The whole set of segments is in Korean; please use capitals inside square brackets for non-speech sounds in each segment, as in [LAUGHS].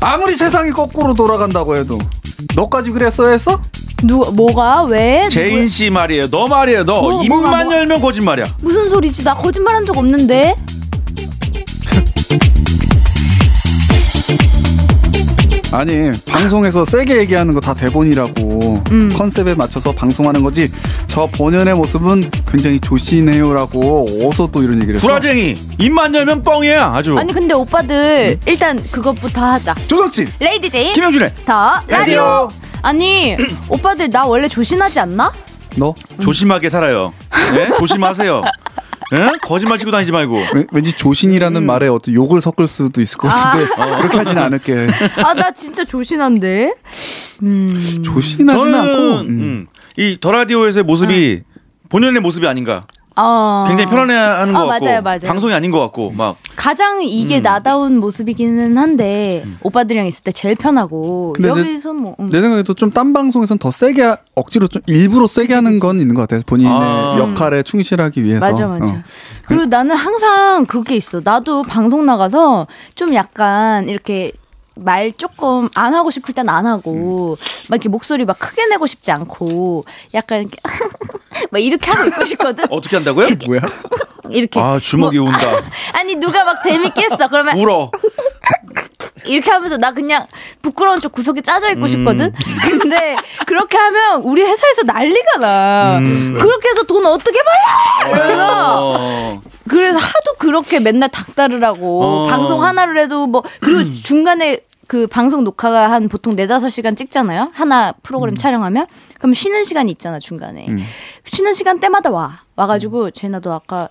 아무리 세상이 거꾸로 돌아간다고 해도 너까지 그랬어 했어? 누가 뭐가 왜? 제인 누구- 씨 말이에요. 너 말이에요. 너 뭐, 입만 뭐가, 뭐가? 열면 거짓말이야. 무슨 소리지? 나 거짓말한 적 없는데. 아니 방송에서 세게 얘기하는 거 다 대본이라고 음. 컨셉에 맞춰서 방송하는 거지 저 본연의 모습은 굉장히 조신해요라고 어서 또 이런 얘기를 했어 불화쟁이. 입만 열면 뻥이야. 아주. 아니 근데 오빠들 네. 일단 그것부터 하자. 조정치 레이디 제인 김영준의 더 라디오. 라디오. [CLEARS THROAT] 아니 오빠들 나 원래 조신하지 않나? 너 조심하게 살아요. 네? [LAUGHS] 조심하세요. 네? 거짓말 치고 다니지 말고. 왠- 왠지 음. 조신이라는 말에 어떤 욕을 섞을 수도 있을 것 같은데 아. 어. 그렇게 하진 [LAUGHS] 않을게 아 나 진짜 조신한데. 음. 조신하진 저는 않고 음. 음, 이 더라디오에서의 모습이 본연의 모습이 아닌가. 네. 아. 굉장히 편안해하는 것 어, 같고 맞아요, 맞아요. 방송이 음. 아닌 것 같고 막 가장 이게 나다운 모습이기는 한데 음. 오빠들이랑 있을 때 제일 편하고 근데 이제 여기서 뭐. 음. 내 생각에도 좀 딴 방송에선 더 세게 하- 억지로 좀 일부러 세게 하는 건 있는 것 같아요 본인의 아. 역할에 충실하기 위해서 맞아 맞아. 어. 그리고 나는 항상 그게 있어. 나도 방송 나가서 좀 약간 이렇게 말 조금 안 하고 싶을 땐 안 하고 음. 막 이렇게 목소리 막 크게 내고 싶지 않고 약간 이렇게 [LAUGHS] 막 이렇게 하고 있고 싶거든. 어떻게 한다고요? 뭐야 이렇게. 뭐 아 주먹이 운다. [LAUGHS] 아니 누가 막 재밌게 했어. 그러면 [LAUGHS] 울어. 이렇게 하면서 나 그냥 부끄러운 척 구석에 짜져 음. 있고 싶거든. 근데 그렇게 하면 우리 회사에서 난리가 나. 음. 그렇게 해서 돈 어떻게 벌려? 이러면서 어. 그래서 하도 그렇게 맨날 닥달을 하고 어. 음. 방송 하나를 해도 뭐 그리고 중간에 그 방송 녹화가 한 보통 네다섯 시간 찍잖아요. 하나 음. 프로그램 촬영하면 그럼 쉬는 시간이 있잖아 중간에 쉬는 시간 때마다 와 와가지고 제나도 아까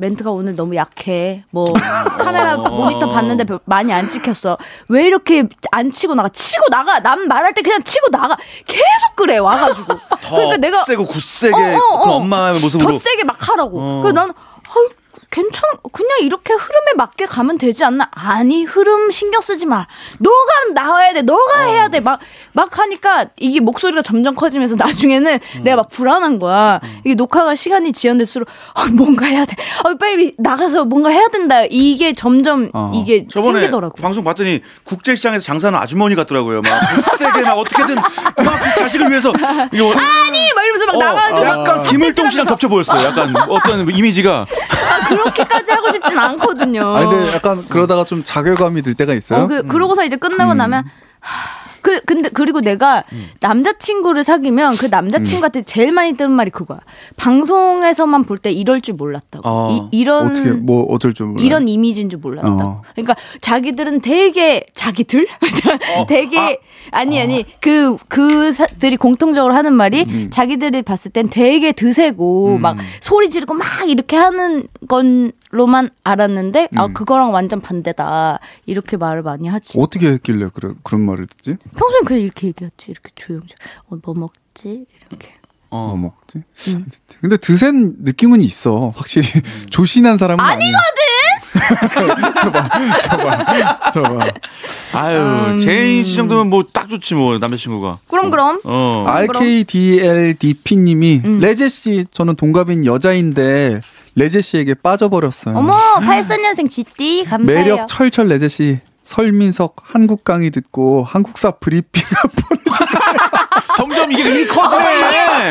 멘트가 오늘 너무 약해. [LAUGHS] 뭐 카메라 어. 모니터 봤는데 별- 많이 안 찍혔어. 왜 이렇게 안 치고 나가? 치고 나가. 남 말할 때 그냥 치고 나가. 계속 그래 와가지고. [LAUGHS] 그러니까 어, 더 세고 굳세게 그 엄마의 모습으로. 어. 더 세게 막 하라고. 그래서 난 아유, 괜찮아. 그냥 이렇게 흐름에 맞게 가면 되지 않나? 아니, 흐름 신경 쓰지 마. 너가 나와야 돼. 너가 어. 해야 돼. 막, 막 하니까 이게 목소리가 점점 커지면서 [LAUGHS] 나중에는 음. 내가 막 불안한 거야. 이게 녹화가 시간이 지연될수록 아, 뭔가 해야 돼. 아, 빨리 나가서 뭔가 해야 된다. 이게 점점 어. 이게 저번에 생기더라고. 방송 봤더니 국제시장에서 장사하는 아주머니 같더라고요. 막 굳세게 막 어떻게든 막이 자식을 위해서 이거 아니! 막 이러면서 막 어, 나가가지고. 막 약간 김을동 씨랑 겹쳐 보였어요. 약간 어떤 이미지가 아, 그렇게까지 하고 싶진 않거든요. 아니 근데 약간 그러다가 좀 자괴감이 들 때가 있어요 음. 어, 그, 그러고서 이제 끝나고 나면 하, 그 근데 그리고 내가 남자친구를 사귀면 그 음. 남자친구한테 제일 많이 듣는 말이 그거야. 방송에서만 볼 때 이럴 줄 몰랐다고. 어, 이, 런 아, 어떻게 뭐 어쩔 줄 몰라 이런 이미지인 줄 몰랐다고. 어. 그러니까 자기들은 되게 자기들 [LAUGHS] 되게 아. 니 아니 그 그들이 공통적으로 하는 말이 음, 자기들이 봤을 땐 되게 드세고 막 소리 지르고 막 이렇게 하는 건로만 알았는데 아 그거랑 완전 반대다 이렇게 말을 많이 하지. 음. 뭐 어떻게 했길래 그래, 그런 말을 듣지? 평소엔 그냥 이렇게 얘기했지 이렇게 조용히 어, 뭐 먹지 이렇게. 어, 먹지? 음. 근데 드센 느낌은 있어. 확실히 [LAUGHS] 조신한 사람은 아니거든. [LAUGHS] 저봐, 저봐, 아유 음. 제인 씨 정도면 뭐 딱 좋지 뭐 남자친구가. 그럼 그럼 어. 저봐. RKDLDP님이 음. 레제 씨 저는 동갑인 여자인데 레제 씨에게 빠져버렸어요. 어머 84년생 GD 감사해요. 음. 매력 철철 레제 씨. 설민석 한국 강의 듣고 한국사 브리핑 점점 이게 일이 커지네.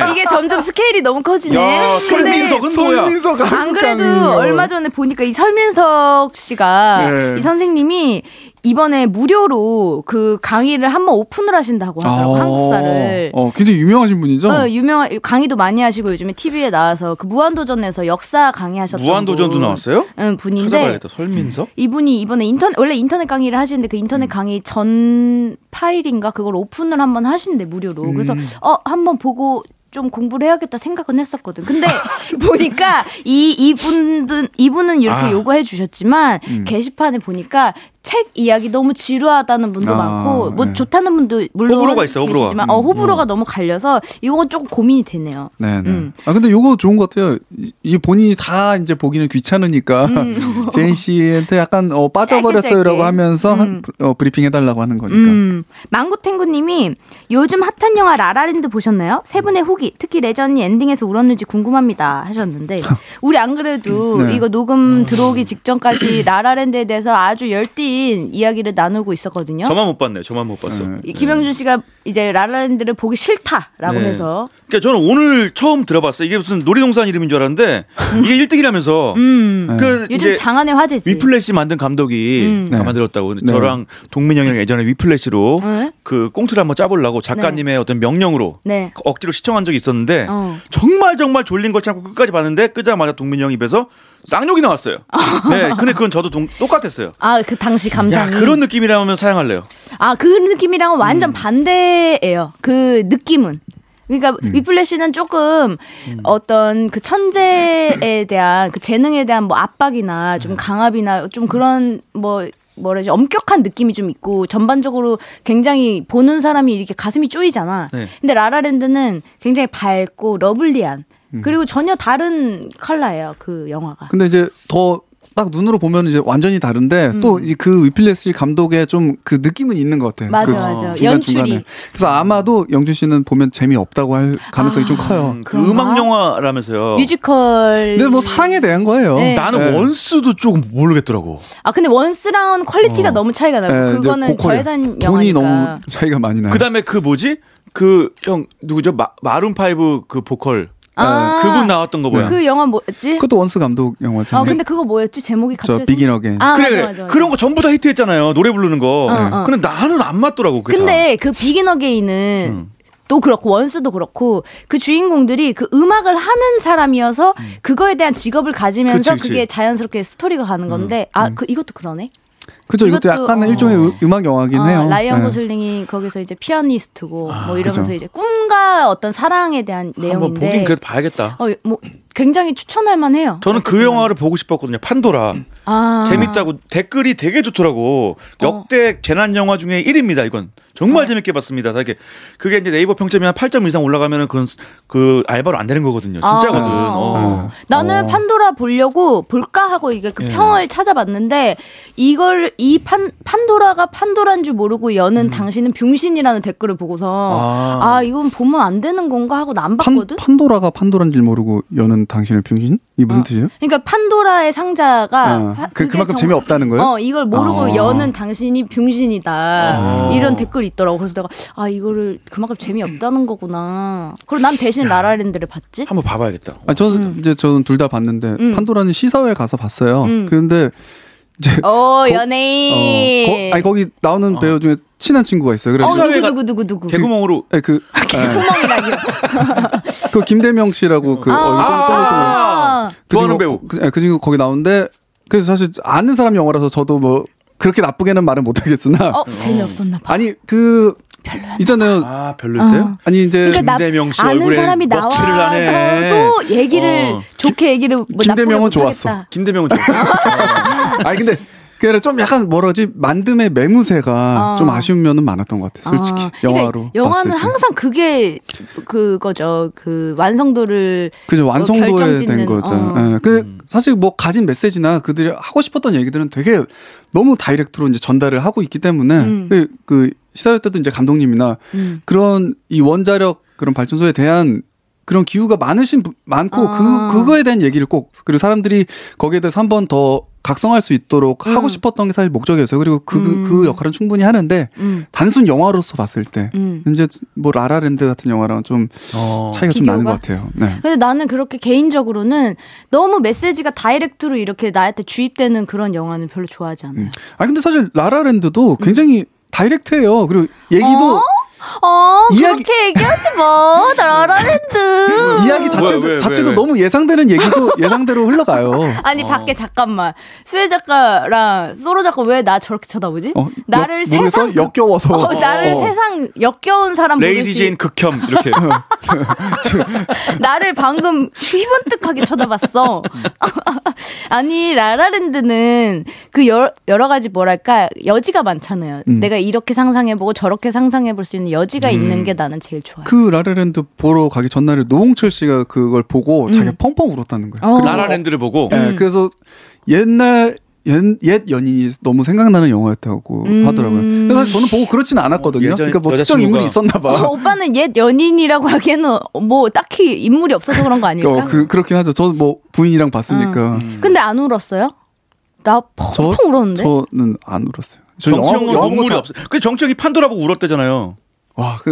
아, 이게 점점 스케일이 너무 커지네. 야, 설민석은 뭐야? 설민석 한국 안 그래도 강의. 얼마 전에 보니까 이 설민석 씨가 네. 이 선생님이 이번에 무료로 그 강의를 한번 오픈을 하신다고 하더라고 아, 한국사를. 어, 굉장히 유명하신 분이죠. 어, 유명한 강의도 많이 하시고 요즘에 TV에 나와서 그 무한도전에서 역사 강의하셨던 무한도전도 분. 나왔어요? 응, 분인데 찾아봐야겠다. 음. 설민석? 이분이 이번에 인터넷 원래 인터넷 강의를 하시는데 그 인터넷 음. 강의 전 파일인가 그걸 오픈을 한번 하신대 무료로 그래서 음. 어 한번 보고 좀 공부를 해야겠다 생각은 했었거든. [LAUGHS] 근데 [LAUGHS] 보니까 이 이분들 이분은 이렇게 아. 음. 요구해 주셨지만 게시판에 보니까 책 이야기 너무 지루하다는 분도 아, 많고 뭐 네. 좋다는 분도 물론 호불호가 있어요, 호불호가. 음, 계시지만 어 호불호가 너무 갈려서 이건 조금 고민이 되네요. 네. 네. 음. 아 근데 요거 좋은 것 같아요. 이- 이게 본인이 다 이제 보기는 귀찮으니까 [LAUGHS] 제인 씨한테 약간 어, 음. 짧게, 짧게. 빠져버렸어요라고 하면서 한- 어, 브리핑 해달라고 하는 거니까. 음. 망고탱구님이 요즘 핫한 영화 라라랜드 보셨나요? 세 분의 후기, 특히 레전이 엔딩에서 울었는지 궁금합니다 하셨는데 우리 안 그래도 네. 이거 녹음 들어오기 직전까지 라라랜드에 대해서 아주 열띤 충격적인 이야기를 나누고 있었거든요. 저만 못 봤네요. 저만 못 봤어. 네. 이 김영준 씨가 이제 라라랜드를 보기 음. 싫다라고 네. 해서 그러니까 저는 오늘 처음 들어봤어요. 이게 무슨 놀이동산 이름인 줄 알았는데 이게 1등이라면서. 그 음. 요즘 이제 장안의 화제지. 위플래시 만든 감독이 음. 네. 만들었다고 근데 네. 저랑 동민 형이랑 예전에 위플래시로 네. 그 꽁트를 한번 짜보려고 작가님의 어떤 명령으로 네. 억지로 시청한 적이 있었는데 어. 정말 정말 졸린 걸 참고 끝까지 봤는데 끄자마자 동민 형 입에서 [LAUGHS] 쌍욕이 나왔어요. 네, 근데 그건 저도 동- 똑같았어요. 아 그 당시 야 감정이 그런 느낌이라면 사양할래요. 아, 그 느낌이랑은 완전 반대예요. 그 느낌은. 그러니까 위플래시는 조금 어떤 그 천재에 대한 그 재능에 대한 뭐 압박이나 좀 강압이나 좀 그런 뭐 뭐라지 엄격한 느낌이 좀 있고 전반적으로 굉장히 보는 사람이 이렇게 가슴이 쪼이잖아. 네. 근데 라라랜드는 굉장히 밝고 러블리한 그리고 전혀 다른 컬러예요. 그 영화가. 근데 이제 더 딱 눈으로 보면 이제 완전히 다른데 음. 또 이 그 위플레스 감독의 좀 그 느낌은 있는 것 같아요. 맞아, 그 맞아. 중간중간에. 연출이. 그래서 아마도 영준 씨는 보면 재미없다고 할 가능성이 좀 커요. 음, 그 아, 그런가? 음악 영화라면서요. 뮤지컬. 근데 뭐 사랑에 대한 거예요. 네. 나는 네. 원스도 조금 모르겠더라고. 아 근데 원스랑 quality가 너무 차이가 나요. 예, 이제 아, 그거는 고퀄이요. 저예산 돈이 영화니까. 너무 차이가 많이 나요. 그다음에 그 뭐지? 그 형 누구죠? 마, 마룬 파이브 그 보컬 네, 아, 그분 나왔던 네. 거 뭐야? 그 영화 뭐였지? 그것도 원스 감독 아 영화잖아요. 근데 그거 뭐였지? 제목이 저 갑자기 비긴 어게인. 아 그래 맞아 그래 맞아. 맞아. 그런 거 전부 다 히트했잖아요 노래 부르는 거 어, 어. 근데 나는 안 맞더라고 그게 근데 그 비긴 어게인은 또 그렇고 원스도 그렇고 그 주인공들이 그 음악을 하는 사람이어서 그거에 대한 직업을 가지면서 그치, 그 그치. 게 자연스럽게 스토리가 가는 건데 아 그 이것도 그러네. 그죠? 이것도 이것도, 약간 어. 의 일종의 음- 음악 영화긴 어, 해요. 라이언 네. 고슬링이 거기서 이제 피아니스트고 뭐 이러면서 그죠. 이제 꿈과 어떤 사랑에 대한 다. 한번 내용인데 보긴 그래도 봐야겠다 어, 뭐 굉장히 추천할 만해요. 저는 그 영화를 보고 싶었거든요 판도라 아. 어. 재밌다고 댓글이 되게 좋더라고 역대 재난 영화 중에 1위입니다 이건 정말 재밌게 봤습니다 다 이게 그게 이제 네이버 평점이 한 8점 이상 올라가면은 그건 스- 그 알바로 안 되는 거거든요 진짜거든 아, 어. 어. 나는 판도라 보려고 볼까 하고 이게 예. 그 평을 찾아봤는데 이걸 이 판 판도라가 판도란 줄 모르고 여는 음. 당신은 병신이라는 댓글을 보고서 아. 아, 이건 보면 안 되는 건가 하고 나 안 판, 봤거든. 판도라가 판도란 줄 모르고 여는 당신을 병신? 이게 무슨 뜻이에요? 그러니까 판도라의 상자가 아, 파- 그, 그게 그만큼 정말- 재미없다는 거예요? 어 이걸 모르고 아. 여는 당신이 병신이다 아. 이런 댓글이 있더라고 그래서 내가 아 이거를 그만큼 재미없다는 거구나 그리고 난 대신 라라랜드를 봤지 한번 어. 봐봐야겠다 아, 저는 이제 저는 둘 다 봤는데 음. 판도라는 시사회 가서 봤어요. 음. 그런데 이제 오 어, 연예인 거, 아니 거기 나오는 배우 중에 친한 친구가 있어요. 그래서 어, 시사회가- 누구 누구 누구 누구 개구멍으로 예, 그, 예, 구멍이라기. 그 김대명 씨라고 그 아. 얼굴 아, 동글동글 그 좋아하는 친구- 배우. 그, 예, 그 친구 거기 나오는데 그래서 사실 아는 사람 영화라서 저도 뭐 그렇게 나쁘게는 말은 못하겠으나 어 재미없었나 봐. 아니 그 있잖아요. 아 별로였어요? 어. 아니 이제 그러니까 나- 김대명 씨 아는 얼굴에 사람이 먹칠을 하네. 나와서도 얘기를 어. 좋게 얘기를 뭐 김대명은 나쁘게 좋았어. 못하겠다. 김대명은 [LAUGHS] 좀 아니 근데 그래 좀 약간 뭐라지 만듦의 매무새가 어. 좀 아쉬우면은 많았던 것 같아. 솔직히 아, 그러니까 영화로. 영화는 봤을 때. 항상 그게 그거죠. 그 완성도를 그죠 완성도에 뭐 결정짓는, 된 거죠. 어. 예, 그 음. 사실 뭐 가진 메시지나 그들이 하고 싶었던 얘기들은 되게 너무 다이렉트로 이제 전달을 하고 있기 때문에 음. 그, 그 시사회 때도 이제 감독님이나 음. 그런 이 원자력 그런 발전소에 대한 그런 기후가 많으신 분- 많고 아. 그 그거에 대한 얘기를 꼭 그리고 사람들이 거기에 대해서 한 번 더 각성할 수 있도록 하고 음. 싶었던 게 사실 목적이었어요. 그리고 그 그 음. 역할은 충분히 하는데 음. 단순 영화로서 봤을 때 음. 이제 뭐 라라랜드 같은 영화랑 좀 어. 차이가 좀 나는 비교가? 것 같아요. 네. 근데 나는 그렇게 개인적으로는 너무 메시지가 다이렉트로 이렇게 나한테 주입되는 그런 영화는 별로 좋아하지 않아요. 아 근데 사실 라라랜드도 굉장히 다이렉트해요. 그리고 얘기도 음. 어? 어, 이야기- 그렇게 얘기하지 뭐. 마. [LAUGHS] 라라랜드. 이야기 왜, 왜, 자체도 왜, 자체도 왜? 너무 예상되는 얘기고 예상대로 흘러가요. 아니 어. 밖에 잠깐만 수혜 작가랑 소로 작가 왜 나 저렇게 쳐다보지? 어, 나를 여- 모르겠어? 세상 역겨워서 어, 나를 어. 세상 역겨운 사람 레이디 보듯이 어. 제인 극혐 [LAUGHS] 이렇게 나를 방금 휘번뜩하게 쳐다봤어. [LAUGHS] 아니 라라랜드는 그 여, 여러 가지 뭐랄까 여지가 많잖아요. 음. 내가 이렇게 상상해보고 저렇게 상상해볼 수 있는 여지가 있는 게 나는 제일 좋아요. 그 라라랜드 보러 가기 전날에 노홍철 씨가 그걸 보고 자기가 펑펑 울었다는 거예요. 음. 어. 음. 그리고- 라라랜드를 보고 예, 그래서 옛날 옛, 옛 연인이 너무 생각나는 영화였다고 음. 하더라고요. 그래서 사실 저는 보고 그렇진 않았거든요. 예전 그러니까 뭐 특정 어, 여자친구가- 인물이 있었나 봐. 어, 오빠는 옛 연인이라고 하기에는 뭐 딱히 인물이 없어서 그런 거 아닐까? 뭐 아. 어, 그, 그렇긴 하죠. 저뭐 부인이랑 봤으니까. 근데 안 울었어요? 나 펑펑 울었는데. 저는 안 울었어요. 저 정치형은 영화- 영화 눈물이 잘- 없어. 그 정치형이 판도라고 울었대잖아요. 와, 그,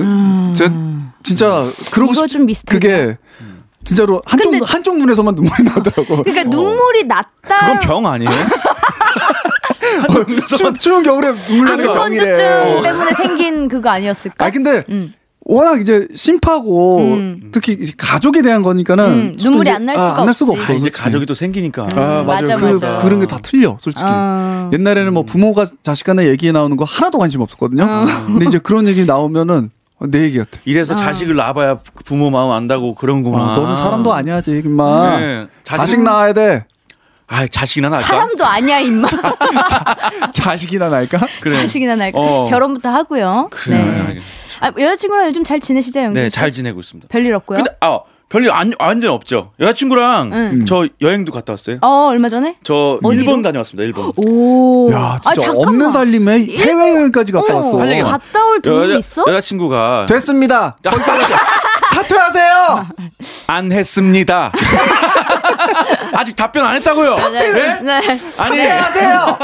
제, 진짜, 음. 그러고 아. 이거 싶, 좀 비슷해. 그게, 진짜로, 한쪽, 근데- 한쪽 눈에서만 눈물이 나더라고. 그러니까 눈물이 났다. 그건 병 아니에요? [LAUGHS] 추, 추운 겨울에 아, 눈물 나는 강권 병이래. 조증 때문에 생긴 그거 아니었을까? 아, 근데, 음. 워낙 이제 심파고 음. 특히 이제 가족에 대한 거니까는 음, 저도 눈물이 이제- 안날 아, 수가 안날 수가 없지. 음, 없어 아, 이제 솔직히. 가족이 또 생기니까. 아, 맞아요. 맞아, 그, 맞아. 그런 게 다 틀려, 솔직히. 아. 옛날에는 뭐 부모가 자식 간의 얘기 나오는 거 하나도 관심 없었거든요. 아. 근데 이제 그런 얘기 나오면은 내 얘기 같아. 이래서 자식을 낳아봐야 부모 마음 안다고 그런구나. 아, 너는 사람도 아니야, 아직, 임마. 네. 자식, 자식 낳아야 돼. 아, 자식이나 낳을까? 사람도 아니야 임마. 자식이나 낳을까? 그래. 자식이나 날까. 어. 결혼부터 하고요. 그래. 네. 아, 여자친구랑 요즘 잘 지내시죠, 영기? 네, 씨? 잘 지내고 있습니다. 별일 없고요. 근데 아, 별일 안, 완전 없죠. 여자친구랑 음. 응. 저 여행도 갔다 왔어요. 어 얼마 전에? 저 어디로? 일본 다녀왔습니다. 일본. 오. 야, 아, 진짜 잠깐만. 없는 살림에 해외여행까지 갔다 어, 왔어. 할 얘기가 갔다 올 돈이 있어? 여자친구가 됐습니다. [LAUGHS] 사퇴하세요. [LAUGHS] 안 했습니다. 아직 답변 안 했다고요. 네, 네? 네. 아니 사퇴하세요.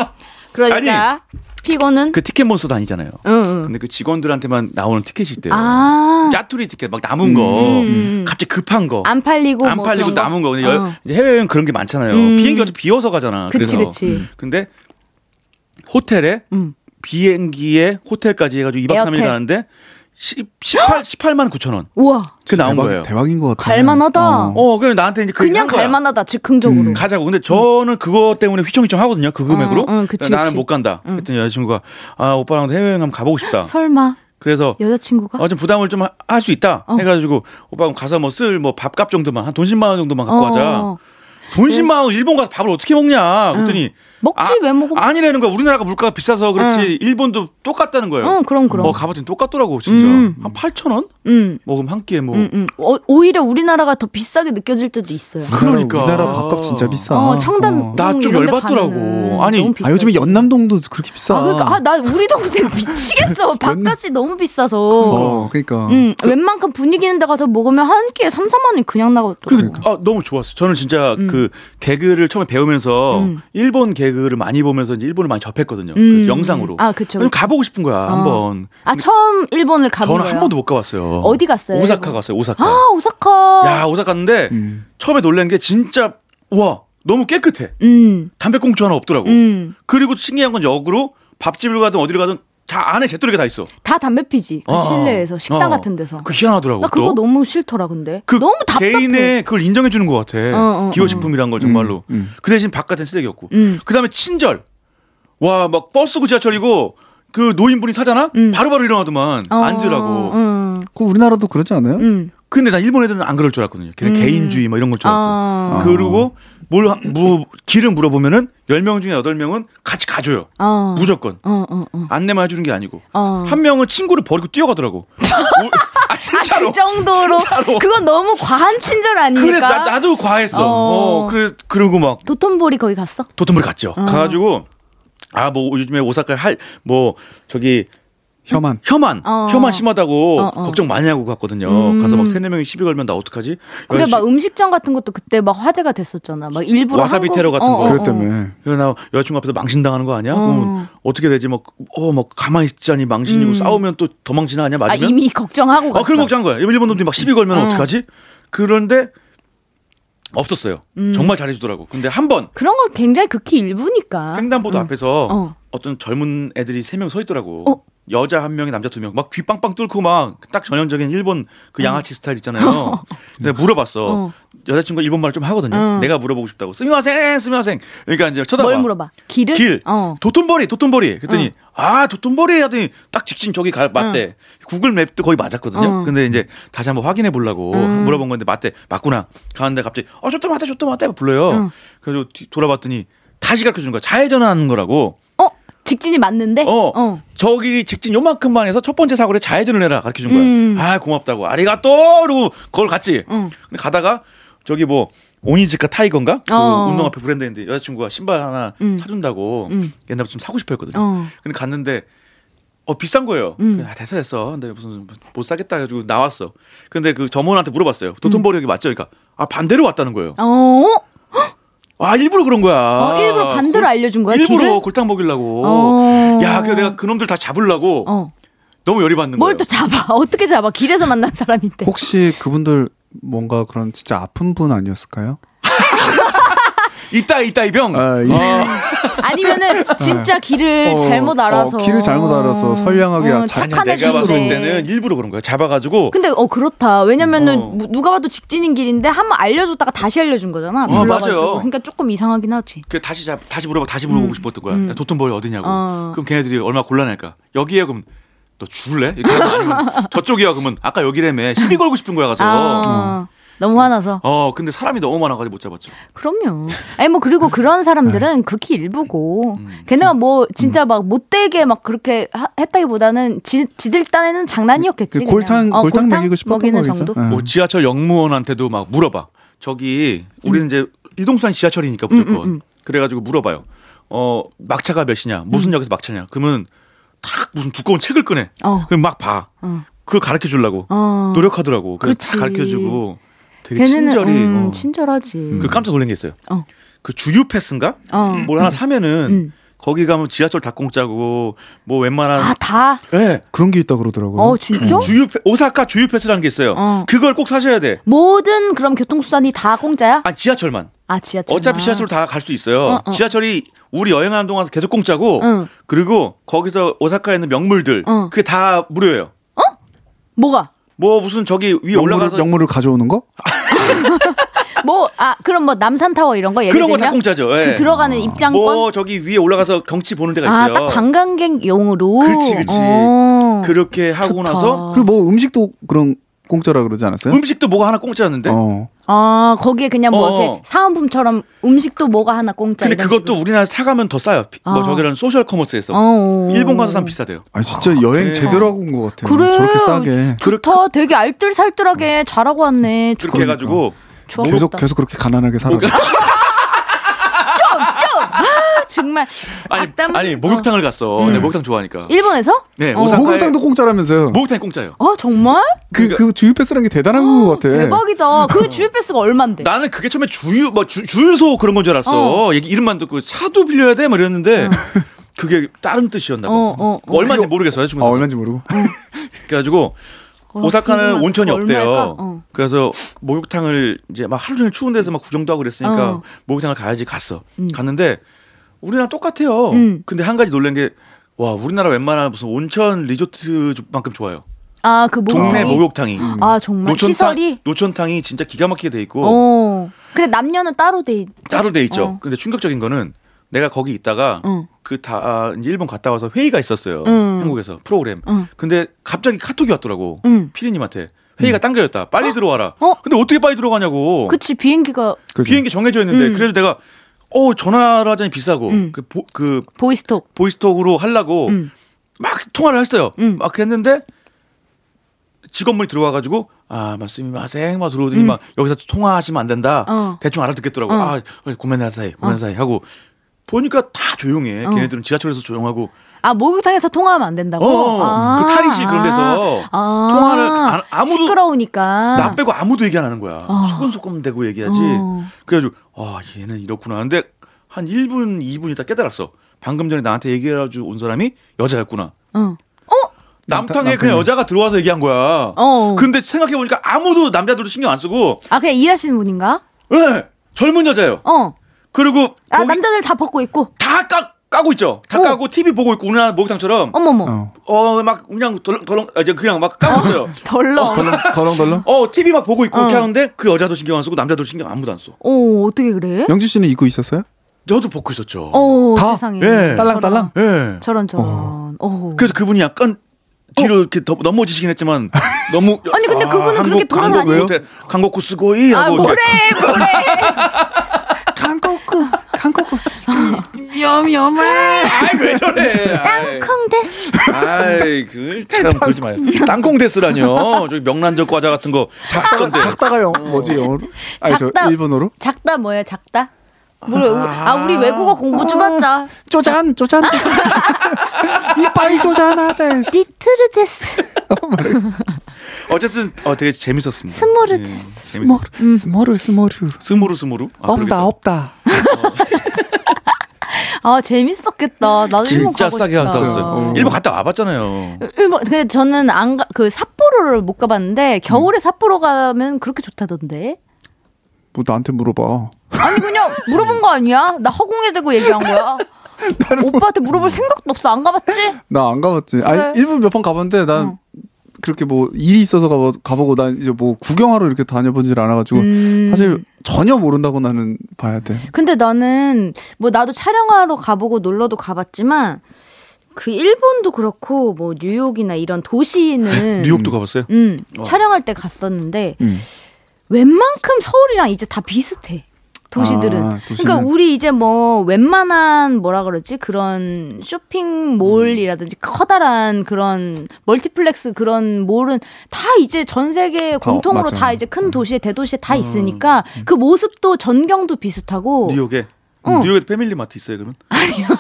[LAUGHS] 그러니까 피고는 그 티켓 몬스터 다니잖아요. 응, 응. 근데 그 직원들한테만 나오는 티켓이 있대요. 아. 음, 짜투리 티켓 막 남은 거, 갑자기 급한 거, 안 팔리고 안 뭐 팔리고 그런 남은 거. 근데 여- 어. 이제 해외여행 그런 게 많잖아요. 음. 비행기가 좀 비어서 가잖아. 그 그치, 래서 그치. 근데 호텔에 음. 비행기에 호텔까지 해가지고 2박 3일 에어텔. 가는데 1 8 18만 9천 원. 우와. 그 나온 거예요. 대박인 것 같아. 갈만하다. 어, 그래 나한테 이제 그 그냥 얘기한 거야. 음, 갈만하다 즉흥적으로. 가자고. 근데 저는 그거 때문에 휘청휘청 하거든요. 그 금액으로. 응, 어, 그치, 나는 그치. 음. 못 간다. 그랬더니 여자친구가 아 오빠랑 해외여행 한번 가보고 싶다. 설마 그래서 여자친구가? 어, 좀 부담을 좀 할 수 있다 어. 해가지고 오빠 그럼 가서 뭐 쓸 뭐 밥값 정도만 한 돈 10만 원 정도만 갖고 가자. 어. 돈 10만 원 일본 가서 밥을 어떻게 먹냐 그랬더니 먹지, 왜 먹어? 아니라는 거야. 우리나라가 물가가 비싸서 그렇지 일본도 똑같다는 거예요. 응, 그럼, 그럼. 어, 가봤더니 똑같더라고 진짜 음. 한 8천 원 음. 먹으면 한 끼에 뭐 음, 음. 어, 오히려 우리나라가 더 비싸게 느껴질 때도 있어요. 그러니까. 우리나라 밥값 진짜 비싸. 어, 청담. 어. 나좀 이런 데 열받더라고. 가면은 아니, 너무 아 요즘에 비싸지. 연남동도 그렇게 비싸. 아, 그러니까 아, 나 우리 [LAUGHS] 동네 미치겠어. 밥값이 너무 비싸서. 어, 그러니까. 음, 웬만큼 분위기 있는 데 가서 먹으면 한 끼에 3, 4만 원이 그냥 나가더라고. 그, 아, 너무 좋았어. 저는 진짜 음. 그 개그를 처음에 배우면서 일본 개그를 많이 보면서 이제 일본을 많이 접했거든요. 음. 그 영상으로. 아, 그쵸, 그냥 그쵸. 가보고 싶은 거야, 한번. 아, 처음 일본을 가본 저는 거예요. 한 번도 못 가봤어요. 어디 갔어요, 오사카 일본? 갔어요, 오사카. 아, 오사카. 야, 오사카 갔는데 음. 처음에 놀란 게 진짜, 와, 너무 깨끗해. 음. 담배꽁초 하나 없더라고. 음. 그리고 신기한 건 역으로 밥집을 가든 어디를 가든 다 안에 제뚜리가 다 있어. 다 담배 피지. 그 어, 실내에서 어. 식당 어. 같은 데서. 그 희한하더라고. 나 그거 또. 너무 싫더라 근데. 그 너무 답답해. 개인의 그걸 인정해 주는 것 같아. 어, 어, 기호식품이란 걸 정말로. 음, 음. 그 대신 바깥엔 쓰레기였고. 음. 그다음에 친절. 와, 막 버스고 지하철이고 그 노인분이 타잖아? 바로바로 일어나더만 음. 어, 그 앉으라고. 음. 그 우리나라도 그러지 않아요? 음. 근데 난 일본 애들은 안 그럴 줄 알았거든요. 걔는 개인주의 뭐 이런 걸 줄 알았어. 아. 그리고 뭘 하- 뭐, 길을 물어보면은 10명 중에 8명은 같이 가줘요. 어. 무조건. 어, 어, 어. 안내만 해주는 게 아니고. 어. 한 명은 친구를 버리고 [LAUGHS] 뛰어가더라고. 우- 아, 아, 진짜로. 그 정도로 그러니까? 진짜로. 그건 너무 과한 친절 아닙니까? 그래서 나, 나도 과했어. 어. 어, 그래, 그러고 막 도톤보리 거기 갔어? 도톤보리 갔죠. 가가지고 아 뭐 요즘에 오사카 할 뭐 저기 혐한. 혐한 어. 혐한 심하다고 어, 어. 걱정 많이 하고 갔거든요. 음. 가서 막 세네 명이 시비 걸면 나 어떡하지? 그래 여자친- 막 음식점 같은 것도 그때 막 화제가 됐었잖아. 막 일부러 와사비 한국- 테러 같은 거. 그랬다며. 그래 나 여자친구 앞에서 망신당하는 거 아니야? 어. 어. 어떻게 되지? 막어막 가만히 있자니 망신이고 음. 싸우면 또 더 망신하냐 아 맞으면? 이미 걱정하고 갔어. 아, 그런 걱정한 거야. 일본 놈들이 막 시비 걸면 어. 어떡하지? 그런데 없었어요. 음. 정말 잘해주더라고. 근데 한번 그런 거 굉장히 극히 일부니까. 횡단보도 앞에서 어. 어. 떤 젊은 애들이 세 명 서 있더라고. 어? 여자 한 명에 남자 두 명. 막 귀 빵빵 뚫고 막 딱 전형적인 일본 그 양아치 스타일 [LAUGHS] 있잖아요. 근데 물어봤어. 어. 여자친구가 일본 말을 좀 하거든요. 어. 내가 물어보고 싶다고. 스미마생, 스미마생. 그러니까 이제 쳐다봐. 뭘 물어봐? 길을? 길. 어. 도톤보리, 도톤보리. 그랬더니 아, 도톤보리 하더니 딱 직진 저기 가 맞대. 구글 맵도 거의 맞았거든요. 어. 음. 근데 이제 다시 한번 확인해 보려고 물어본 건데 맞대. 맞구나. 가는데 갑자기 어, 좋다 맞다, 좋다 맞다 불러요. 음. 그래서 뒤- 돌아봤더니 다시 가르쳐 주는 거야. 좌회전하는 거라고. 어? 직진이 맞는데? 어, 저기 직진 요만큼만 해서 첫 번째 사고를 좌회전을 해라 가르쳐 준 거야. 음. 아 고맙다고 아리가또 그러고 그걸 갔지. 응. 근데 가다가 저기 뭐 오니즈카 타이거인가 그 어. 운동 앞에 브랜드인데 여자친구가 신발 하나 음. 사준다고 음. 옛날부터 좀 사고 싶어했거든요. 어. 근데 갔는데 어 비싼 거예요. 음. 그냥 아, 됐어 됐어. 근데 무슨 못 사겠다 해가지고 나왔어. 근데 그 점원한테 물어봤어요. 도톤보리 여기 맞죠? 그러니까 아 반대로 왔다는 거예요. 어? 아 일부러 그런 거야. 그 어, 일부러 반대로 알려준 거야. 일부러 길을? 골탕 먹이려고. 어. 야, 그래 내가 그놈들 다 잡으려고 어. 뭐 너무 열이 받는 뭘 거예요. 또 잡아? [LAUGHS] 어떻게 잡아? 길에서 만난 사람인데. 혹시 그분들 뭔가 그런 진짜 아픈 분 아니었을까요? 있다 있다 이 병. 아, 이- 아니면은 진짜 길을 어, 잘못 어, 알아서. 어, 길을 잘못 알아서 선량하게 아, 착한 아니, 아니야, 애들이네. 내가 봤을 때는 일부러 그런 거야. 잡아가지고 근데 어 그렇다. 왜냐면은 어. 무- 누가 봐도 직진인 길인데 한 번 알려줬다가 다시 알려준 어, 거잖아. 불러가지고. 맞아요. 그러니까 조금 이상하긴 하지. 그 다시 잡, 다시 물어봐 다시 물어보고 싶었던 거야. 음. 야, 도톤볼 어디냐고. 어. 그럼 걔네들이 얼마나 곤란할까. 여기에 그럼 너 죽을래? 이렇게 하면 아니면 저쪽이야 그러면 아까 여기라며 시비 걸고 싶은 거야 가서. 아, 너무 화나서. 어 근데 사람이 너무 많아가지고 못 잡았죠. 그럼요. 아니 뭐 그리고 그런 네. 사람들은 극히 일부고 음, 걔네가 뭐 진짜 막 못되게 막 그렇게 하- 했다기보다는 지, 지들 딴에는 장난이었겠지. [LAUGHS] 그 그냥. 골탕 어, 골탕 먹이고 싶었던 먹이는 거겠죠. 정도. 예. 뭐 지하철 영무원한테도 막 물어봐. 저기 우리는 이제 이동수단 지하철이니까 무조건. 그래가지고 물어봐요. 어 막차가 몇 시냐? 무슨 역에서 막차냐? 그러면 탁 무슨 두꺼운 책을 꺼내. 어. 그럼 막 봐. 어. 그걸 가르쳐 주려고 어. 음. 노력하더라고. 그걸 그렇지. 다 가르쳐 주고 되게 걔네는 친절히. 음, 어. 친절하지. 그 깜짝 놀란 게 있어요. 어. 그 주유 패스인가? 어. 뭘 하나 사면은 음. 거기 가면 지하철 다 공짜고 뭐 웬만한 아 다. 예. 그런 게 있다 그러더라고요. 음. 어 진짜? 주유 패- 오사카 주유 패스라는 게 있어요. 어. 그걸 꼭 사셔야 돼. 모든 그럼 교통수단이 다 공짜야? 아 지하철만. 아 지하철. 어차피 지하철로 다 갈 수 있어요. 어, 어. 지하철이 우리 여행하는 동안 계속 공짜고 응. 그리고 거기서 오사카에 있는 명물들 어. 그게 다 무료예요. 뭐가? 뭐 무슨 저기 위에 올라가서 영물을, 영물을 가져오는 거? 아. 뭐 아 그럼 뭐 남산타워 이런 거 예를 그런 들면 거 다 공짜죠. 예. 그 들어가는 입장권. 뭐 저기 위에 올라가서 경치 보는 데가 아 있어요. 딱 관광객용으로. 그렇지, 그렇지. 어. 그렇게 하고 좋다. 나서 그리고 뭐 음식도 그런 공짜라 그러지 않았어요? 음식도 네. 뭐가 하나 공짜였는데. 네? 어. 아 거기에 그냥 뭐 어. 이렇게 사은품처럼 음식도 뭐가 하나 공짜. 근데 이런 그것도 식으로. 우리나라에서 사가면 더 싸요. 비- 뭐 아. 저기는 소셜 커머스에서 어. 일본 가서 사면 비싸대요. 아 진짜 여행 그래. 제대로 하고 온 것 같아요. 그래. 저렇게 싸게 좋다. 되게 알뜰살뜰하게 잘하고 왔네. 음. 그렇게 그러니까. 좋아. 해가지고 좋아. 계속 좋다. 계속 그렇게 가난하게 살아. 좀 좀. 아 정말. 아니 악담- 아니 어. 목욕탕을 갔어. 내가 목욕탕 좋아하니까. 일본에서? 네, 어. 오사카- 목욕탕도 공짜라면서요. 목욕탕이 공짜예요. 아 정말? 그 그 주유 패스라는 게 대단한 그 것 같아. 어, 대박이다. 그 주유 패스가 얼만데? 나는 그게 처음에 주유 뭐 주, 주유소 그런 건 줄 알았어. 얘기 이름만 듣고 차도 빌려야 돼 뭐 이랬는데 [LAUGHS] 그게 다른 뜻이었나 봐. 뭐 어, 어, 어. 얼마인지 모르겠어요. 아, 중국에서. 얼마인지 모르고. 그래가지고 오사카는 아, 그러면 온천이 얼마일까? 없대요. 어. 그래서 목욕탕을 이제 막 하루 종일 추운 데서 막 구경도 하고 그랬으니까 어. 목욕탕을 가야지 갔어. 갔는데 우리랑 똑같아요. 음. 근데 한 가지 놀란 게 와, 우리나라 웬만한 무슨 온천 리조트만큼 좋아요. 아그 동네 목욕탕이. 아 정말 노천탕, 시설이. 노천탕이 진짜 기가 막히게 돼 있고 어. 근데 남녀는 따로 돼. 있... 따로 돼 있죠. 어. 근데 충격적인 거는 내가 거기 있다가 응. 그 다 이제 일본 갔다 와서 회의가 있었어요. 응. 한국에서 프로그램. 응. 근데 갑자기 카톡이 왔더라고. 응. 피디님한테 회의가 당겨졌다. 빨리 들어와라. 음. 어? 근데 어떻게 빨리 들어가냐고. 그치 비행기가 그치? 비행기 정해져 있는데 음. 그래서 내가 어 전화를 하자니 비싸고 음. 그, 보, 그 보이스톡. 보이스톡으로 하려고 음. 막 통화를 했어요. 음. 막 했는데 직원분이 들어와가지고 아 말씀이 마생 막 들어오더니 막 여기서 통화하시면 안 된다. 음. 어. 대충 알아듣겠더라고. 어. 아 고민나사이 고민나사이 하고 보니까 다 조용해. 어. 걔네들은 지하철에서 조용하고 아 목욕탕에서 통화하면 안 된다고. 어, 아. 그 탈의실 그런 데서 아. 통화를 안- 아무도- 시끄러우니까. 나 빼고 아무도 얘기 안 하는 거야. 어. 소곤소곤 대고 얘기하지. 어. 그래가지고 아 얘는 이렇구나. 근데 한 1분 2분 있다 깨달았어. 방금 전에 나한테 얘기해가지고 온 사람이 여자였구나. 응. 남탕에 그냥 여자가 들어와서 얘기한 거야. 어. 근데 생각해 보니까 아무도 남자들도 신경 안 쓰고 아 그냥 일하시는 분인가? 예, 젊은 여자예요. 어. 그리고 아 거기 남자들 다 벗고 있고. 다 까, 까고 있죠. 다 어. 까고 TV 보고 있고 우리나라 목욕탕처럼 어머머. 어. 어 막 그냥 덜렁덜렁 아, 이제 그냥 막 까고 있어요. 덜렁. 덜렁 덜렁 덜렁. 어 TV 막 보고 있고 어. 이렇게 하는데 그 여자도 신경 안 쓰고 남자도 신경 아무도 안 써. 어 어떻게 그래? 영주 씨는 입고 있었어요? 저도 벗고 있었죠. 어 다? 세상에. 예. 딸랑딸랑? 예. 저런 저런. 어. 그래서 그분이 약간 뒤로 이렇게 더- 넘어지시긴 했지만 너무 [LAUGHS] 아니, 근데 그분은 그렇게 돌아다니- 강곡구 쓰고 이 아 하고 뭐래 이렇게 뭐래. 한국구 [LAUGHS] 한국구 위험위험해. 아이 왜 저래? 아이. 콩데스. 아이 그참 그러지 마요. 땅콩 데스라뇨. 저기 명란젓 과자 같은 거 아, 작던데. 작다가 영 뭐지 영어로? 아니 저 작다. 일본어로? 작다 뭐예요 작다? 우리, 아 우리 외국어 공부 좀 하자. 아. 쪼잔 쪼잔. 이빠이 쪼잔하데. 리트르데스. 어쨌든 어 되게 재밌었습니다. 스모르 예, 데스. 재밌었어요. 음. 스모르 스모르. 스모르 스모르. 아, 없다 그러겠다. 없다. 아 재밌었겠다. 나도 일본 진짜 가고 음. 싸게 싶다. 갔다 왔어요. 어. 일본 갔다 와봤잖아요. 일본 음, 뭐, 근데 저는 안 그 삿포로를 못 가봤는데 음. 겨울에 삿포로 가면 그렇게 좋다던데. 뭐 나한테 물어봐. 아니 그냥 물어본 거 아니야? 나 허공에 대고 얘기한 [LAUGHS] 거야. 뭐- 오빠한테 물어볼 생각도 없어. 안 가봤지? 나 안 가봤지. 그래. 아니 일본 몇 번 가봤는데 난 응. 그렇게 뭐 일이 있어서 가보, 가보고 난 이제 뭐 구경하러 이렇게 다녀보질 않아가지고 음. 사실 전혀 모른다고 나는 봐야 돼. 근데 나는 뭐 나도 촬영하러 가보고 놀러도 가봤지만 그 일본도 그렇고 뭐 뉴욕이나 이런 도시는 [LAUGHS] 뉴욕도 가봤어요? 음, 와. 촬영할 때 갔었는데 음. 웬만큼 서울이랑 이제 다 비슷해. 도시들은. 아, 도시는. 그러니까 우리 이제 뭐 웬만한 뭐라 그러지? 그런 쇼핑몰이라든지 음. 커다란 그런 멀티플렉스 그런 몰은 다 이제 전 세계 공통으로 맞아요. 음. 다 이제 큰 도시에 대도시에 다 있으니까 그 모습도 전경도 비슷하고 뉴욕에 응. 뉴욕에 패밀리 마트 있어요 그러면? 어.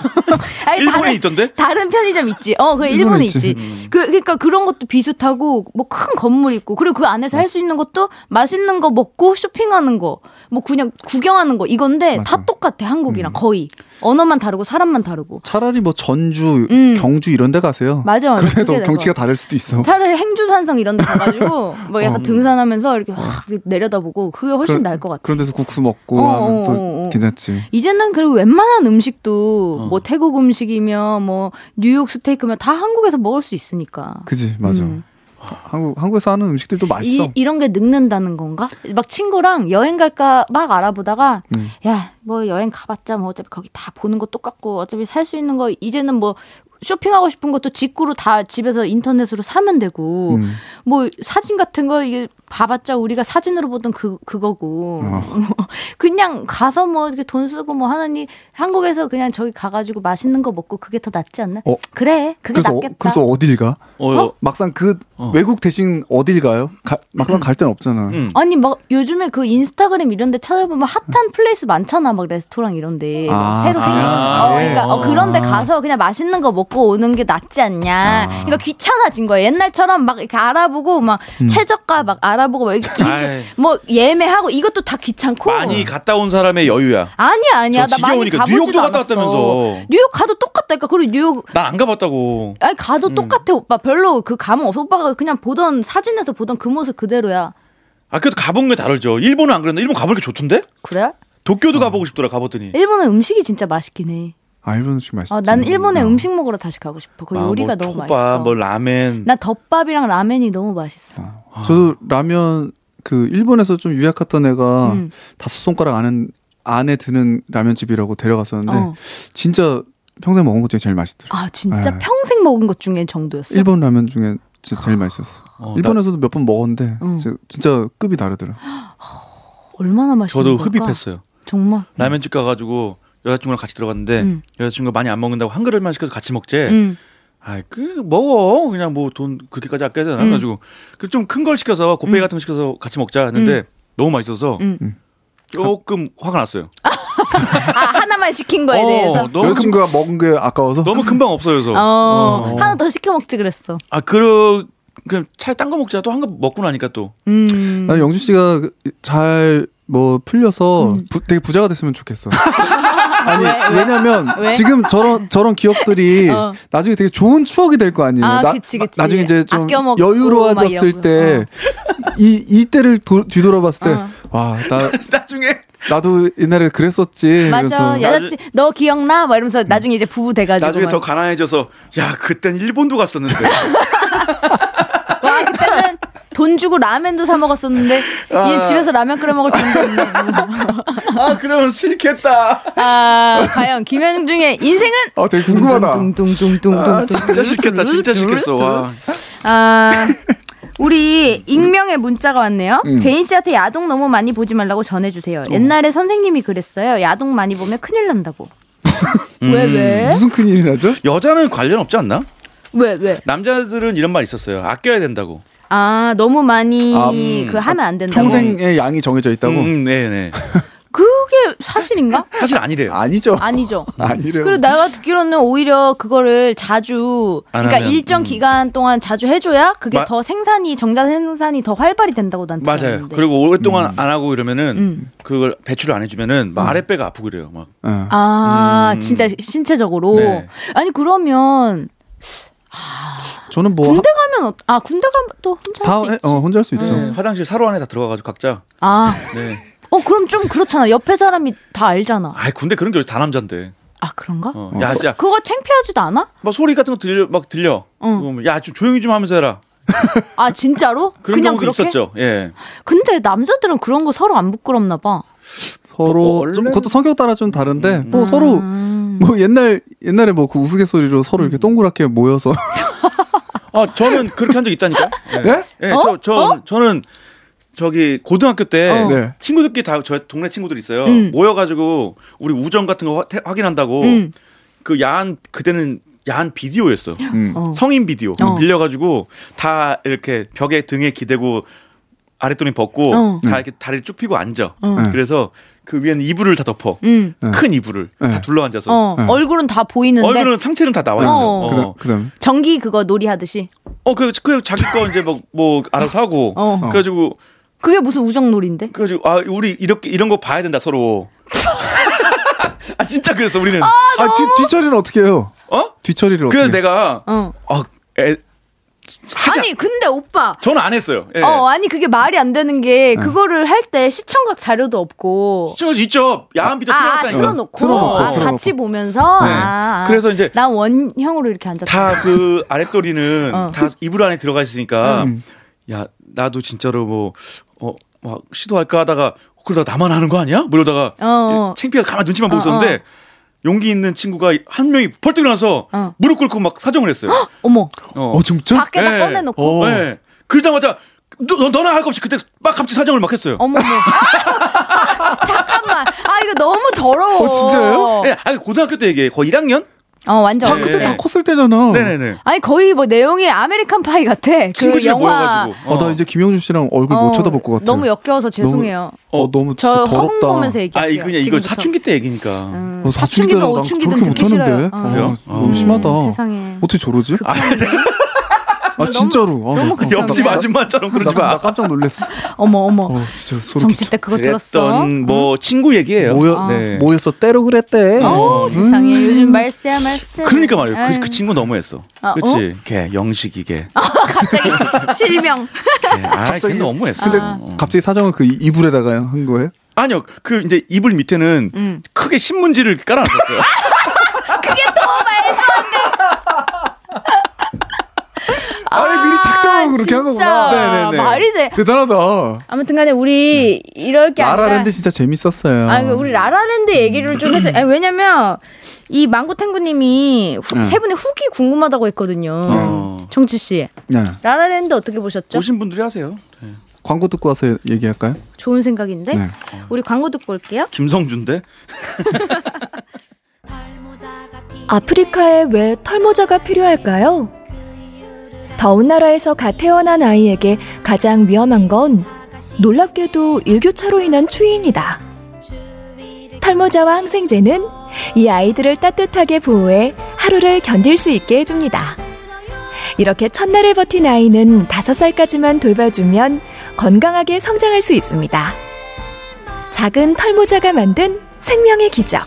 아니, 일본에 다른- 있던데? 다른 편의점 있지. 어, 그래 일본에 일본에 있지. 그, 그러니까 그런 것도 비슷하고 뭐 큰 건물 있고 그리고 그 안에서 할 수 있는 것도 맛있는 거 먹고 쇼핑하는 거, 뭐 그냥 구경하는 거 이건데 다 맞아. 똑같아 한국이랑 거의 언어만 다르고 사람만 다르고. 차라리 뭐 전주, 음. 경주 이런 데 가세요. 맞아, 맞아. 그게 그래도 나을 경치가 것 다를 수도 있어. 차라리 행주산성 이런 데 가가지고 뭐 약간 어. 등산하면서 이렇게 확 내려다보고 그게 훨씬 그런- 나을 것 같아. 그런 데서 국수 먹고 어, 하면 또 어, 어, 어. 괜찮지. 이제는 그리고 웬만한 음식도 어. 뭐 태국 음식이며 뭐 뉴욕 스테이크면 다 한국에서 먹을 수 있으니까. 그지 맞아. 음. 한국 한국에서 하는 음식들도 맛있어. 이, 이런 게 늙는다는 건가? 막 친구랑 여행 갈까 막 알아보다가 음. 야 뭐 여행 가봤자 뭐 어차피 거기 다 보는 거 똑같고 어차피 살 수 있는 거 이제는 뭐 쇼핑하고 싶은 것도 직구로 다 집에서 인터넷으로 사면 되고 음. 뭐 사진 같은 거 이게 봐봤자 우리가 사진으로 보던 그 [LAUGHS] 그거고 뭐 어. 그냥 가서 뭐 이렇게 돈 쓰고 뭐 하느니 한국에서 그냥 저기 가가지고 맛있는 거 먹고 그게 더 낫지 않나? 어. 그래 그게 그래서 어, 낫겠다. 그래서 어딜 가? 어, 막상 그 어. 음. 외국 대신 어딜 가요? 가- 막상 갈 데는 없잖아. 응. 아니 막 요즘에 그 인스타그램 이런데 찾아보면 핫한 플레이스 많잖아 막 레스토랑 이런데 아, 새로 아, 생긴 음. 아, 아. 어, 예. 그러니까 어, 어. 그런데 아. 가서 그냥 맛있는 거 먹고 오는 게 낫지 않냐 그러니까 귀찮아진 거야 옛날처럼 막 이렇게 알아보고 막 최저가 막 알아보고 막 이렇게 음. 아이. [LAUGHS] 뭐 예매하고 이것도 다 귀찮고 많이 갔다 온 사람의 여유야. 아니야 아니야 저 나 많이 지겨우니까. 가보지도 뉴욕도 않았어. 갔다 왔다면서. 뉴욕 가도 똑같다니까 그리고 뉴욕 난 안 가봤다고. 아니 가도 음. 똑같아 오빠 별로 그 감흥 없어 오빠가 그냥 보던 사진에서 보던 그 모습 그대로야 아 그래도 가본 게 다르죠. 일본은 안 그랬나? 일본 가보니까 좋던데? 그래? 도쿄도 어. 가보고 싶더라 가봤더니. 일본은 음식이 진짜 맛있긴 해. 아 일본 음식 맛있지. 아, 난 일본에 아. 음식 먹으러 다시 가고 싶어. 그 아, 요리가 뭐 너무 어. 초밥, 맛있어. 뭐 아, 라멘. 나 덮밥이랑 라면이 너무 맛있어. 저도 라면 그 일본에서 좀 유약했던 애가 음. 다섯 손가락 안에 안에 드는 라면집이라고 데려갔었는데 어. 진짜 평생 먹은 것 중에 제일 맛있더라. 아 진짜 네. 평생 먹은 것 중에 정도였어. 일본 라면 중에 제, 일 맛있었어. 어, 나, 일본에서도 몇 번 먹었는데 음. 진짜, 진짜 급이 다르더라. 얼마나 맛있는 저도 걸까? 흡입했어요. 정말. 라면집 가가지고 여자친구랑 같이 들어갔는데 음. 여자친구가 많이 안 먹는다고 한 그릇만 시켜서 같이 먹재. 음. 아이 그 먹어 그냥 뭐 돈 그렇게까지 아껴야 되나 음. 가지고 그 좀 큰 걸 시켜서 곱빼기 같은 거 시켜서 같이 먹자 했는데 너무 맛있어서 음. 조금 화가 났어요. 아 하나만 시킨 거에 어, 대해서. 너무 금, 여자친구가 먹은 게 아까워서 너무 금방 없어져서 어, 하나 더 시켜 먹지 그랬어. 아 그러 그럼 차라리 딴 거 먹자 또 한 거 먹고 나니까 또 음. 그 나는 영준 씨가 잘 뭐 풀려서 부- 되게 부자가 됐으면 좋겠어. [LAUGHS] 아니 음. 왜? 왜냐면 왜? 지금 저런 저런 기억들이 [LAUGHS] 어. 나중에 되게 좋은 추억이 될 거 아니에요. 아, 그치, 그치. 중에 이제 좀 아껴 먹고 막 이러고. 여유로워졌을 때 이 이때를 도- 뒤돌아봤을 어. 때와나 [LAUGHS] 나중에 나도 옛날에 그랬었지. 맞아. 그래서 여자친 너 기억나? 막 이러면서 나중에 이제 부부 돼가지고. 음. 나중에 막. 더 가난해져서 야 그땐 일본도 갔었는데 [LAUGHS] 와 그때는 돈 주고 라면도 사 먹었었는데 이제 집에서 라면 끓여 먹을 돈도 없네. 아 그러면 싫겠다 아, 과연 김현중의 인생은 아 되게 궁금하다. 아, 둥둥둥둥둥둥. 진짜 싫겠다 진짜 싫겠어 와 아, 우리 익명의 문자가 왔네요. 음. 제인 씨한테 야동 너무 많이 보지 말라고 어. 전해주세요. 옛날에 선생님이 그랬어요. 야동 많이 보면 큰일 난다고. 음. 왜 왜? 무슨 큰 일이 나죠? 네? 여자는 관련 없지 않나 왜 왜? 남자들은 이런 말 있었어요 아껴야 된다고 아 너무 많이 아, 그 하면 안 된다고. 평생의 양이 정해져 있다고. 음, 네, 네네 그 그게 사실인가? 사실 아니래요. 아니죠. 아니죠. 아니래요. 그리고 내가 듣기로는 오히려 그거를 자주 안 그러니까 하면, 일정 음. 기간 동안 자주 해줘야 그게 마- 더 생산이 정자 생산이 더 활발히 된다고 난 맞아요. 들었는데. 그리고 음. 오랫동안 안 하고 이러면은 그걸 배출을 안 해주면은 막 아랫배가 아프고 그래요. 막 음. 어. 아 음. 진짜 신체적으로 네. 아니 그러면 저는 뭐 아, 군대 가면 어, 아 군대 가면 또 혼자 다 할 수 해- 있지 어, 혼자 할 수 있죠. 네, 화장실 사로 안에 다 들어가가지고 각자. 아 네. 어 그럼 좀 그렇잖아 옆에 사람이 다 알잖아 아 군대 그런 게 어디 다 남잔데. 아 그런가 어. 야, 야, 그거 창피하지도 않아 막 소리 같은 거 들려 막 들려. 응. 그럼 야, 좀 조용히 좀 하면서 해라. 아 진짜로 [LAUGHS] 그런 그냥 경우도 그렇게 있었죠. 예. 근데 남자들은 그런 거 서로 안 부끄럽나 봐 어. 서로 원래는- 좀 그것도 성격 따라 좀 다른데 뭐 서로 음. 뭐 옛날 옛날에 뭐 그 우스갯소리로 서로 이렇게 동그랗게 모여서 아, 저는 그렇게 한 적 있다니까. 예. 네? 예, 어? 저, 저 저는 저기 고등학교 때 어. 네. 친구들끼리 다 저 동네 친구들 있어요. 음. 모여가지고 우리 우정 같은 거 화- 태- 확인한다고 음. 그 야한 그때는 야한 비디오였어. 음. 어. 성인 비디오 어. 빌려가지고 다 이렇게 벽에 등에 기대고 아랫도리 벗고 어. 다 이렇게 다리를 쭉 펴고 앉아. 어. 네. 그래서 그 위에는 이불을 다 덮어. 음. 네. 큰 이불을 네. 다 둘러 앉아서 어, 네. 얼굴은 다 보이는데 얼굴은 상체는 다 나와 있죠. 어. 어. 그다- 그다음 전기 그거 놀이 하듯이 어, 그, 그 자기 거 이제 막, 뭐, 알아서 하고. 어. 그래가지고, 그게 무슨 우정 놀인데 이 그래가지고, 아, 우리 이렇게, 이런 거 봐야 된다, 서로. [LAUGHS] 아, 진짜 그랬어, 우리는. 아, 뒤, 뒤처리는 어떻게 해요? 어? 뒤처리를 그래서 어떻게? 내가, 어. 아, 에, 하지, 않- 아니 근데 오빠 저는 안 했어요. 예. 어 아니 그게 말이 안 되는 게 그거를 할 때 시청각 자료도 없고 저 있죠. 야한 비디오 아, 아 틀어놨다니까. 틀어놓고, 틀어놓고, 아, 틀어놓고. 같이 보면서 네. 아, 아. 그래서 이제- 난 원형으로 이렇게 앉았다 다 그 아랫도리는 어. 다 이불 안에 들어가 있으니까 음. 야 나도 진짜로 뭐, 뭐어막 시도할까 하다가 그러다 나만 하는 거 아니야? 뭐 이러다가 어. 창피해서 가만 눈치만 보고 어, 있었는데 용기 있는 친구가 한 명이 벌떡 일어나서 어. 무릎 꿇고 막 사정을 했어요. 어머 어. 어 진짜? 밖에다 네. 꺼내놓고 어. 네. 그러자마자 너, 너, 나 할 거 없이 그때 막 갑자기 사정을 막 했어요. 어머 어머 [LAUGHS] 아, 잠깐만 아 이거 너무 더러워 어, 진짜예요? 네, 아니, 고등학교 때 얘기해. 거의 1학년? 어 완전 다 네. 그때 어렸을 때. 다 컸을 때잖아. 네네네. 아니 거의 뭐 내용이 아메리칸 파이 같아 그 친구들이 영화 모여가지고. 어, 나 이제 김영준 씨랑 얼굴 어, 못 쳐다볼 것 같아. 너무 역겨워서 죄송해요 어 너무 저 진짜 허공 더럽다. 보면서 아, 얘기할게요 이거 그냥 이거 지금부터. 사춘기 때 얘기니까. 음, 어, 사춘기든 사춘기든 난 오춘기든 그렇게 듣기 못하는데. 싫어요 어, 그래요? 너무 음, 심하다. 세상에 그- 어떻게 저러지? 아, 진짜로. 아, 너무 나- 극혐. 옆집 아줌마처럼 그러지 나, 마. 나 깜짝 놀랐어. 어머 어머 어 진짜 소름 정치 끼쳐. 때 그거 들었어 네. 그랬던 뭐 친구 얘기예요. 아. 모여 네. 모여서 때로 그랬대. 어 음. 세상에 요즘 말세야 음, 말세 그러니까 말이에요. 그, 그 아유. 친구 너무했어. 아, 그렇지. 걔 영식이 걔. [LAUGHS] 갑자기 실명 걔. 아, 걔 너무했어. 근데 어. 갑자기 사정을 그 이- 이불에다가 한 거예요? 아니요. 그 이제 이불 밑에는 음. 크게 신문지를 깔아놨었어요. 아니 미리 작정하고 그렇게 한 거구나. 진짜 네네네. 말이 돼 대단하다. 아무튼간에 우리 이럴 게 아니라 라라랜드 진짜 재밌었어요. 아, 그 우리 라라랜드 얘기를 좀 해서 아니, 왜냐면 이 망고탱구님이 후- 음. 세 분의 후기 궁금하다고 했거든요. 어. 정치 씨 네. 라라랜드 어떻게 보셨죠? 오신 분들이 하세요. 네. 광고 듣고 와서 얘- 얘기할까요? 좋은 생각인데 네. 우리 광고 듣고 올게요. 김성준데. 아프리카에 왜 털모자가 필요할까요? 더운 나라에서 갓 태어난 아이에게 가장 위험한 건 놀랍게도 일교차로 인한 추위입니다. 털모자와 항생제는 이 아이들을 따뜻하게 보호해 하루를 견딜 수 있게 해줍니다. 이렇게 첫날을 버틴 아이는 5살까지만 돌봐주면 건강하게 성장할 수 있습니다. 작은 털모자가 만든 생명의 기적.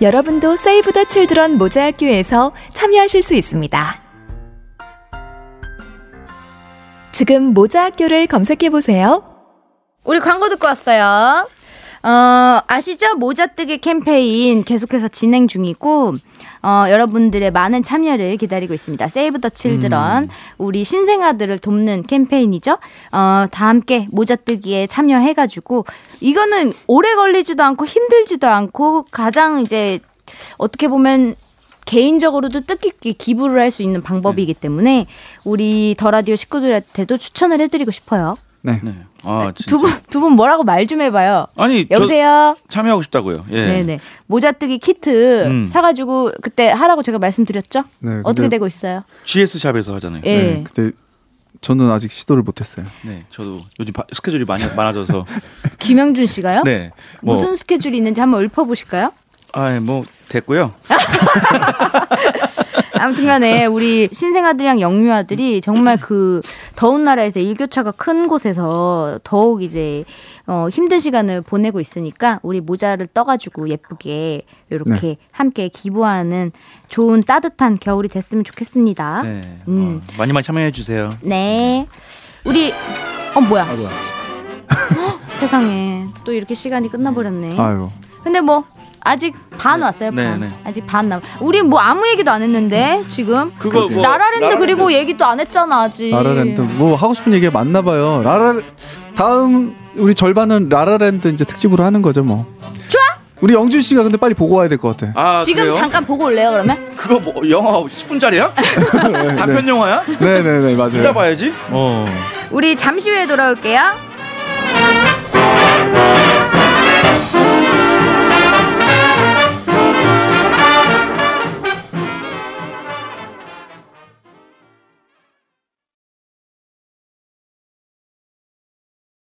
여러분도 세이브 더 칠드런 모자 학교에서 참여하실 수 있습니다. 지금 모자 학교를 검색해 보세요. 우리 광고 듣고 왔어요. 어, 아시죠? 모자뜨기 캠페인 계속해서 진행 중이고, 어, 여러분들의 많은 참여를 기다리고 있습니다. 세이브 더 칠드런, 우리 신생아들을 돕는 캠페인이죠. 어, 다 함께 모자뜨기에 참여해가지고, 이거는 오래 걸리지도 않고 힘들지도 않고, 가장 이제 어떻게 보면 개인적으로도 뜻깊게 기부를 할 수 있는 방법이기 때문에, 우리 더 라디오 식구들한테도 추천을 해드리고 싶어요. 네. 네. 아, 진짜. 두 분 두 분 뭐라고 말 좀 해봐요. 아니, 여보세요. 저 참여하고 싶다고요. 예. 네네 모자뜨기 키트 음. 사가지고 그때 하라고 제가 말씀드렸죠. 네, 근데- 어떻게 되고 있어요? 네. GS 샵에서 하잖아요. 예. 네, 그때 저는 아직 시도를 못했어요. 네, 저도 요즘 바- 스케줄이 많이 [LAUGHS] 많아져서 김영준 씨가요? 네, 뭐, 무슨 스케줄이 있는지 한번 읊어보실까요? 아, 뭐 됐고요. 아무튼간에 우리 신생아들이랑 영유아들이 정말 그 더운 나라에서 일교차가 큰 곳에서 더욱 이제 어, 힘든 시간을 보내고 있으니까 우리 모자를 떠가지고 예쁘게 이렇게 네. 함께 기부하는 좋은 따뜻한 겨울이 됐으면 좋겠습니다. 네. 네, 음. 네. 어, 많이 많이 참여해 주세요. 우리 어 뭐야? 뭐야. 세상에 또 이렇게 시간이 끝나버렸네. 아유. 근데 뭐 아직 반 왔어요. 반. 네, 네. 아직 반 남. 우리 뭐 아무 얘기도 안 했는데 지금. 그거 뭐 라라랜드 그리고 얘기 또 안 했잖아 아직. 라라랜드 뭐 하고 싶은 얘기가 많나 봐요. 라라 다음 우리 절반은 라라랜드 이제 특집으로 하는 거죠 뭐. 좋아. 우리 영준 씨가 근데 빨리 보고 와야 될 것 같아. 아, 지금 그래요? 잠깐 보고 올래요 그러면? 그거 뭐 영화 [LAUGHS] 10분짜리야? 단편 영화야? 네네네 맞아요. 이따 봐야지. 어. 우리 잠시 후에 돌아올게요.